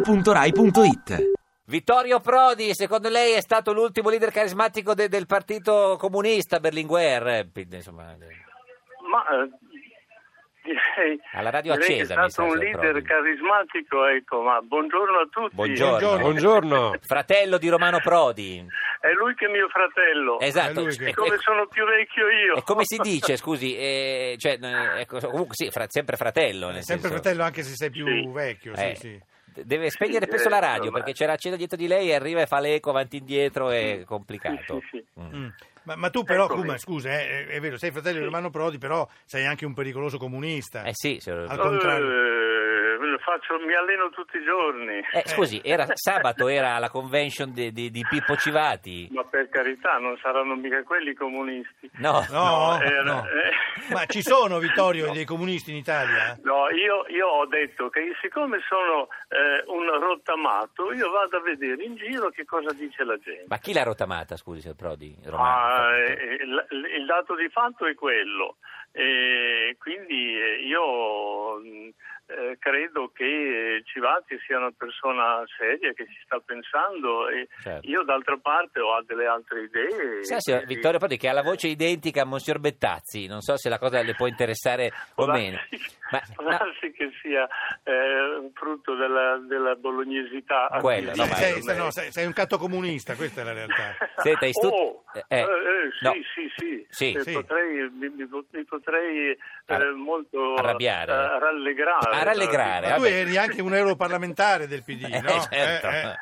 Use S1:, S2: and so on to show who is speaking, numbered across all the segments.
S1: radio2pod.rai.it
S2: Vittorio Prodi, secondo lei è stato l'ultimo leader carismatico de- del partito comunista Berlinguer? eh, p- Insomma, eh.
S3: Ma eh, direi,
S2: Alla radio
S3: direi che
S2: accesa,
S3: è
S2: mi
S3: stato
S2: sa,
S3: un
S2: se
S3: leader
S2: provi.
S3: carismatico, ecco, ma buongiorno a tutti.
S2: Buongiorno. Fratello di Romano Prodi.
S3: Eh, È lui che è mio fratello.
S2: Esatto. E-
S3: Come
S2: e-
S3: sono più vecchio io.
S2: e come si dice, scusi, eh, cioè, eh, ecco, comunque sì, fra- sempre fratello. nel
S4: Sempre
S2: senso-
S4: fratello, anche se sei più
S3: Sì.
S4: vecchio. Sì,
S2: Eh,
S4: sì.
S2: d- Deve spegnere
S3: Sì,
S2: spesso la
S3: eh,
S2: radio
S3: insomma.
S2: perché c'è la cena dietro di lei e arriva e fa l'eco avanti e indietro, è complicato.
S3: Sì, sì, sì.
S2: Mm.
S4: Mm. Ma, ma tu
S2: Ecco,
S4: però,
S3: Eccomi.
S4: Kuma, scusa, eh, è, è vero, sei fratello di Romano Prodi, però sei anche un pericoloso comunista.
S2: Eh sì, signor-
S4: Al contrario.
S3: Eh, faccio- mi alleno tutti i giorni.
S2: Eh, scusi, era sabato era la convention di, di- di Pippo Civati.
S3: Ma per carità, non saranno mica quelli comunisti.
S2: No,
S4: No,
S3: No, era-
S4: no.
S3: eh.
S4: Ma ci sono, Vittorio,
S3: No.
S4: dei comunisti in
S2: Eh?
S4: Italia?
S3: No, io, io ho detto che siccome sono eh, un rottamato, io vado a vedere in giro che cosa dice la gente.
S2: ma chi l'ha rotamata, scusi, signor Prodi? Romano,
S3: Ah,
S2: infatti.
S3: eh, il, il dato di fatto è quello. E quindi eh, io mh, eh, credo che eh, Civati sia una persona seria che ci sta pensando e
S2: Certo.
S3: io d'altra parte ho delle altre idee.
S2: Sa, signor
S3: quindi-
S2: Vittorio Prodi, che ha la voce identica a Monsignor Bettazzi, non so se la cosa le può interessare
S3: Può
S2: o meno.
S3: darsi-
S2: Ma,
S3: può
S2: no,
S3: darsi che sia eh, un frutto della, della bolognesità.
S2: Quello, no, ma- Eh,
S4: sei,
S3: Ormai.
S4: sei- no, sei- sei un catto comunista, questa è la realtà.
S2: Senta, i stu-
S3: Oh,
S2: eh,
S3: eh,
S2: eh,
S3: eh,
S2: no.
S3: sì, sì,
S2: Sì.
S3: sì. Eh,
S4: Sì.
S3: Potrei, mi, mi po- mi potrei eh,
S2: Ar-
S3: molto
S2: arrabbiare.
S3: eh, rallegrare.
S2: A rallegrare,
S4: Ma tu
S2: vabbè.
S4: eri anche un europarlamentare del PD,
S2: Eh,
S4: no?
S2: certo.
S4: Eh, eh.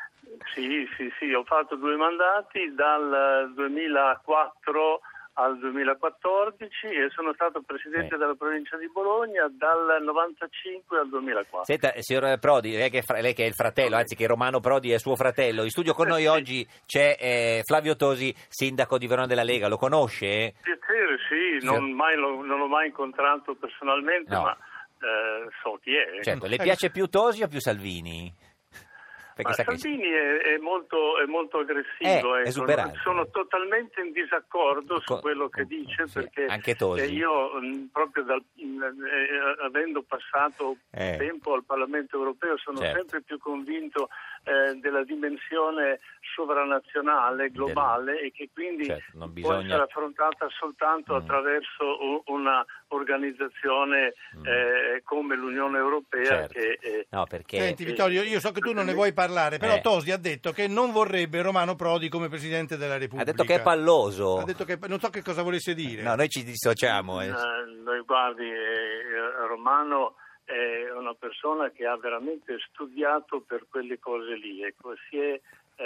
S3: Sì, sì, sì, ho fatto due mandati dal 2004 al 2014 e sono stato presidente
S2: Eh.
S3: della provincia di Bologna dal 95 al 2004.
S2: Senta, eh, signor Prodi, lei che, è fra- lei che è il fratello, anzi che Romano Prodi è suo fratello, in studio con noi oggi c'è eh, Flavio Tosi, sindaco di Verona della Lega, lo
S3: Eh,
S2: conosce?
S3: Piacere, sì,
S2: Sì.
S3: non, mai l'ho- non l'ho mai incontrato personalmente,
S2: No.
S3: ma eh, so chi è.
S2: Certo, le piace più Tosi o più Salvini? Perché
S3: eh. Ma
S2: sa che-
S3: Salvini è, è molto, è molto
S2: Eh,
S3: aggressivo, ecco.
S2: esuberante.
S3: sono totalmente in disaccordo
S2: Co-
S3: su quello che
S2: co-
S3: dice
S2: sì,
S3: perché
S2: anche Tosi.
S3: eh, io mh, proprio dal- mh, eh, avendo passato
S2: Eh.
S3: tempo al Parlamento europeo sono
S2: Certo.
S3: sempre più convinto eh, della dimensione sovranazionale, globale e che quindi
S2: Certo, non
S3: può
S2: bisogna- Mm.
S3: essere affrontata soltanto attraverso u- una organizzazione eh, come l'Unione Europea
S2: Mm. Certo.
S3: che... eh,
S2: No, perché...
S4: Senti Vittorio, io so che tu non ne vuoi parlare, però
S2: Eh.
S4: Tosi ha detto che non vorrebbe Romano Prodi come Presidente della
S2: ha
S4: Repubblica.
S2: detto che è palloso.
S4: Ha detto che- non so che cosa volesse dire.
S2: No, noi ci dissociamo. eh.
S3: Eh, Noi guardi, eh, Romano è una persona che ha veramente studiato per quelle cose lì, ecco, si è eh,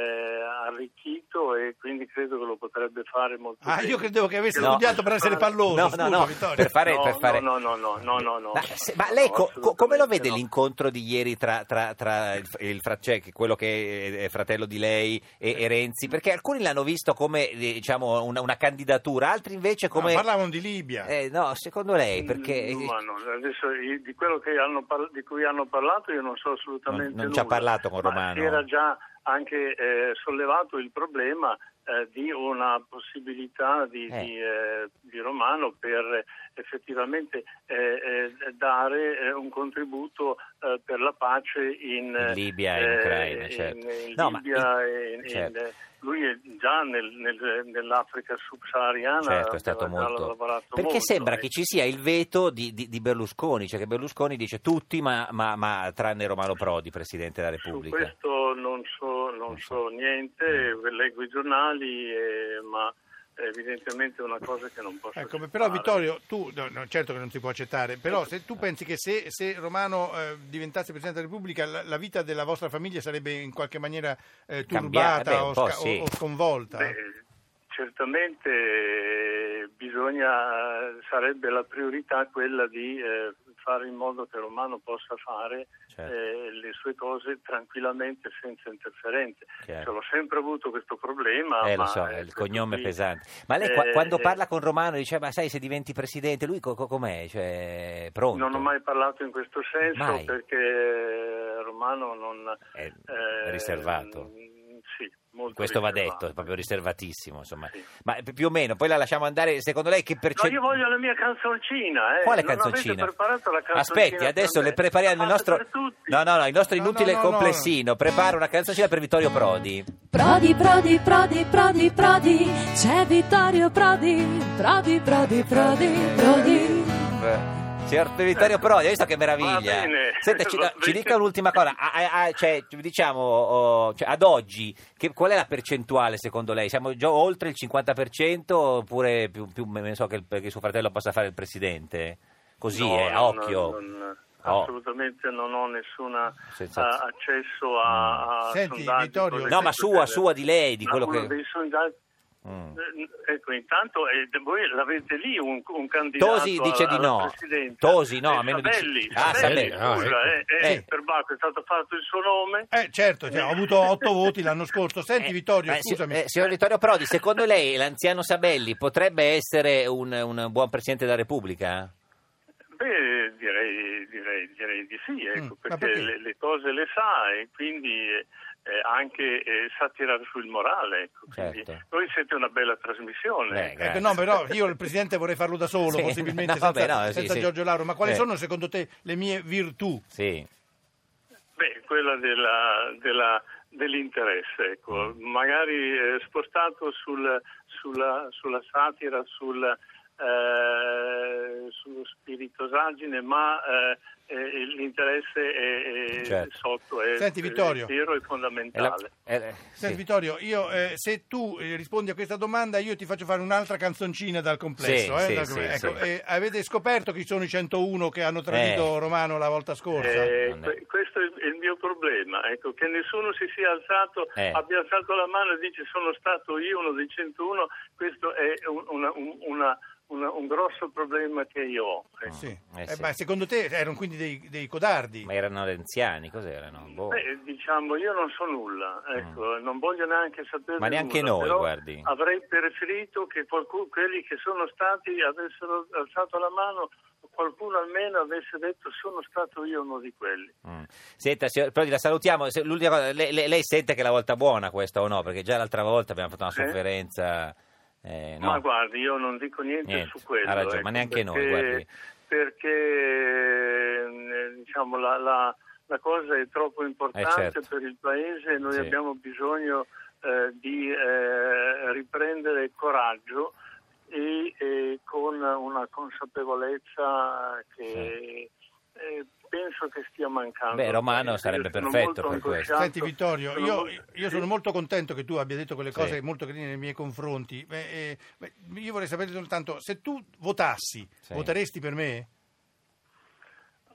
S3: arricchito e quindi credo che lo potrebbe fare molto
S4: Ah,
S3: bene.
S4: io credevo che avesse
S3: No.
S4: studiato per essere palloso.
S2: No,
S4: Scusa,
S2: no, no,
S4: Vittorio.
S2: per fare...
S3: No,
S2: per fare-
S3: no, no, no, no, no, no.
S2: Ma, se- ma lei
S3: No,
S2: co- co- come lo vede
S3: assolutamente no.
S2: l'incontro di ieri tra, tra- tra il, il fra- cioè, che- quello che è, è fratello di lei e, e Renzi? Perché alcuni l'hanno visto come eh, diciamo, una, una candidatura, altri invece
S4: No,
S2: come...
S4: parlavano di Libia.
S2: Eh, no, secondo lei perché... eh,
S3: Mm, ma no, adesso io- di quello che hanno par- di cui hanno parlato io non so assolutamente
S2: Non- non ci ha
S3: nulla,
S2: parlato con
S3: ma
S2: Romano.
S3: si era già anche eh, sollevato il problema eh, di una possibilità di,
S2: Eh.
S3: di, eh, di Romano per effettivamente eh, eh, dare eh, un contributo eh, per la pace in,
S2: In Libia e in
S3: eh,
S2: Ucraina,
S3: in-
S2: certo.
S3: in
S2: No, ma
S3: Libia
S2: il-
S3: e in- in-
S2: certo.
S3: lui è già nel- nel- nell'Africa subsahariana
S2: Certo, è stato
S3: aveva già
S2: molto...
S3: lavorato
S2: Perché
S3: molto,
S2: sembra
S3: ecco.
S2: che ci sia il veto di, di- di Berlusconi, cioè che Berlusconi dice tutti ma, ma- ma tranne Romano Prodi, Presidente della Repubblica.
S3: Su questo non so, non so niente, leggo i giornali, eh, ma è evidentemente è una cosa che non posso
S4: Ecco,
S3: fare.
S4: però Vittorio, tu, no, no, certo che non si può accettare, però se tu pensi che se, se Romano eh, diventasse Presidente della Repubblica la, la vita della vostra famiglia sarebbe in qualche maniera eh,
S2: Cambiata, beh,
S4: turbata
S2: un
S4: o,
S2: po',
S4: sca- o-
S2: sì.
S4: o sconvolta?
S3: Beh, certamente eh, bisogna, sarebbe la priorità quella di eh, fare in modo che Romano possa fare
S2: Certo.
S3: eh, le sue cose tranquillamente senza interferenze.
S2: Chiaro.
S3: Cioè, l'ho sempre avuto questo problema.
S2: Eh,
S3: ma,
S2: lo so,
S3: eh,
S2: il
S3: questo
S2: cognome è
S3: qui-
S2: pesante. Ma lei qua-
S3: eh,
S2: quando
S3: eh,
S2: parla con Romano dice, ma sai se diventi presidente, lui co- co- com'è? Cioè, pronto?
S3: Non ho mai parlato in questo senso
S2: Mai.
S3: perché eh, Romano non...
S2: È
S3: eh,
S2: riservato.
S3: mm, Sì, molto
S2: Questo va
S3: riservato.
S2: detto, è proprio riservatissimo, insomma.
S3: Sì.
S2: Ma pi- più o meno, poi la lasciamo andare, secondo lei che
S3: No,
S2: percezione...
S3: io voglio la mia canzoncina. Eh.
S2: Quale
S3: Non avete
S2: canzoncina?
S3: preparato la canzoncina
S2: Aspetti,
S3: per
S2: adesso
S3: me.
S2: le prepariamo il
S3: Fate
S2: nostro.
S3: per tutti.
S2: No, no, no, il nostro
S4: No,
S2: inutile
S4: no, no, no.
S2: complessino. Prepara una canzoncina per Vittorio Prodi.
S1: Prodi, Prodi, Prodi, Prodi, Prodi, c'è Vittorio Prodi, Prodi, Prodi, Prodi, Prodi.
S2: Signor Vittorio Prodi, hai visto che meraviglia?
S3: Ecco. Va bene.
S2: Senta, ci,
S3: Va
S2: no, ci
S3: bene.
S2: dica un'ultima cosa. Ah, ah, ah, cioè, diciamo, oh, cioè, ad oggi, che- qual è la percentuale secondo lei? Siamo già oltre il 50% oppure più, più ne so, che, il- che suo fratello possa fare il presidente? Così,
S3: No,
S2: eh, a
S3: no,
S2: occhio.
S3: no, non-
S2: Oh.
S3: Assolutamente non ho nessun
S2: Sensazione.
S3: Ah, accesso a, a
S4: Senti,
S3: sondaggi,
S4: Vittorio,
S3: cose
S4: No,
S3: del
S2: Mm. ma sua,
S3: genere.
S2: sua, di lei, di
S3: Ma
S2: quello
S3: uno
S2: che-
S3: dei sondaggi-
S2: Mm.
S3: Eh, Ecco, intanto eh, voi l'avete lì un, un candidato
S2: Tosi dice
S3: alla-
S2: di no.
S3: alla presidenza.
S2: Tosi no,
S3: Eh,
S2: a meno di-
S3: Sabelli,
S2: Ah,
S3: Sabelli,
S2: Sabelli, ah,
S3: scusa, eh,
S2: ecco.
S3: eh,
S2: Eh.
S3: Perbacco, è stato fatto il suo nome.
S4: Eh, certo, cioè, ho avuto otto voti l'anno scorso. Senti,
S2: Eh,
S4: Vittorio,
S2: eh, si-
S4: scusami.
S2: eh, signor Vittorio Prodi, secondo lei l'anziano Sabelli potrebbe essere un, un buon presidente della Repubblica?
S3: Beh, direi, direi, direi di sì, ecco,
S4: Mm, ma
S3: perché
S4: perché?
S3: le, le cose le sa e quindi eh, eh, anche eh, sa tirare sul morale. Ecco. Quindi
S2: Certo.
S3: Voi siete una bella trasmissione.
S2: Beh,
S3: ecco.
S2: grazie.
S4: Eh, no, però io il presidente vorrei farlo da solo,
S2: Sì.
S4: possibilmente
S2: No,
S4: senza,
S2: vabbè, no, sì,
S4: senza
S2: sì.
S4: Giorgio Lauro. Ma quali
S2: Eh.
S4: sono secondo te le mie virtù?
S2: Sì.
S3: Beh, quella della- della- dell'interesse, ecco.
S2: Mm.
S3: magari eh, spostato sul- sulla, sulla satira, sul, eh, sullo spiritosaggine, ma eh, eh, l'interesse è, è
S2: Certo.
S3: sotto, è,
S4: Senti, Vittorio.
S3: è vero e
S2: È la-
S3: fondamentale.
S2: è la-
S4: Senti,
S2: sì.
S4: Vittorio, io, eh, se tu eh, rispondi a questa domanda, io ti faccio fare un'altra canzoncina dal complesso.
S2: Sì,
S4: eh,
S2: sì,
S4: dal-
S2: sì,
S4: ecco,
S2: sì.
S4: eh, avete scoperto chi sono i 101 che hanno tradito
S2: Eh.
S4: Romano la volta scorsa?
S3: Eh,
S2: Non è-
S3: que- questo è il- è il mio problema, ecco, che nessuno si sia alzato,
S2: Eh.
S3: abbia alzato la mano e dice sono stato io uno dei 101, questo è un, una- un- una- una- un grosso problema che io ho. ecco.
S4: Sì.
S2: Eh,
S4: Eh,
S2: sì.
S4: Ma secondo te erano quindi dei, dei codardi?
S2: Ma erano anziani, cos'erano? Boh.
S3: Beh, diciamo, io non so nulla, ecco, non voglio neanche sapere
S2: Ah. Ma neanche
S3: nulla,
S2: noi,
S3: però
S2: guardi.
S3: Avrei preferito che qualcuno, quelli che sono stati avessero alzato la mano, qualcuno almeno avesse detto sono stato io uno di quelli.
S2: Mm. Senta, signor Prodi, la salutiamo. Se- l'ultima cosa, lei, lei- lei sente che è la volta buona questa o no? Perché già l'altra volta abbiamo fatto una
S3: Sì.
S2: sofferenza... eh, no.
S3: Ma guardi, io non dico niente,
S2: Niente,
S3: su quello. ecco,
S2: ha ragione, ma neanche noi, guardi.
S3: Perché eh, diciamo, la, la- la cosa è troppo importante
S2: certo.
S3: per il Paese e noi
S2: Sì.
S3: abbiamo bisogno eh, di eh, riprendere coraggio e, eh, con una consapevolezza che eh, penso che stia mancando.
S2: Beh, Romano
S3: Io
S2: sarebbe
S3: sono
S2: perfetto
S3: molto
S2: per questo.
S3: angosciato,
S4: Senti Vittorio,
S3: Esatto. sono
S4: io,
S3: molto-
S4: io
S3: sì.
S4: sono molto contento che tu abbia detto quelle cose
S2: Sì.
S4: molto carine nei miei confronti. Beh, eh, beh, io vorrei sapere soltanto, se tu votassi,
S2: Sì.
S4: voteresti per me?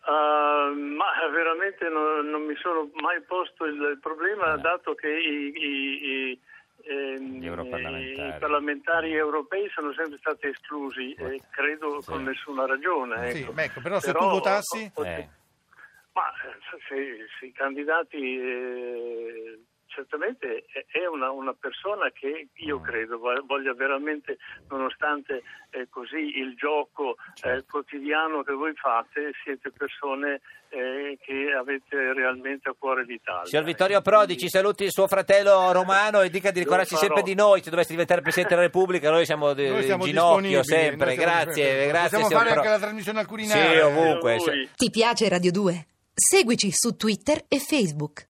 S3: Uh, ma veramente no- non mi sono mai posto il problema,
S2: No.
S3: dato che i, i- i- ehm,
S2: Gli europarlamentari.
S3: i parlamentari europei sono sempre stati esclusi, eh, credo
S2: Sì.
S3: con nessuna ragione.
S4: Sì,
S3: ecco.
S4: ma ecco, però se tu votassi-
S3: ho- ho-
S2: Eh.
S3: Ma eh, se, se i candidati, eh, certamente è- è una, una persona che
S2: Mm.
S3: io credo vo- voglia veramente, nonostante eh, così il gioco eh,
S2: Certo.
S3: quotidiano che voi fate, siete persone eh, che avete realmente a cuore l'Italia.
S2: Signor Vittorio Prodi, ci saluti il suo fratello Romano e dica di
S3: Lo
S2: ricordarsi
S3: farò.
S2: sempre di noi. Se dovesse diventare Presidente della Repubblica, noi siamo, di-
S4: Noi siamo
S2: in ginocchio
S4: disponibili,
S2: sempre.
S4: noi siamo
S2: Grazie,
S4: disponibili.
S2: grazie.
S4: Possiamo
S2: signor
S4: fare anche
S2: Prodi.
S4: la trasmissione al
S2: Sì,
S3: eh,
S4: Quirinale.
S2: ovunque.
S3: Voi.
S1: Ti piace Radio 2? Seguici su Twitter e Facebook.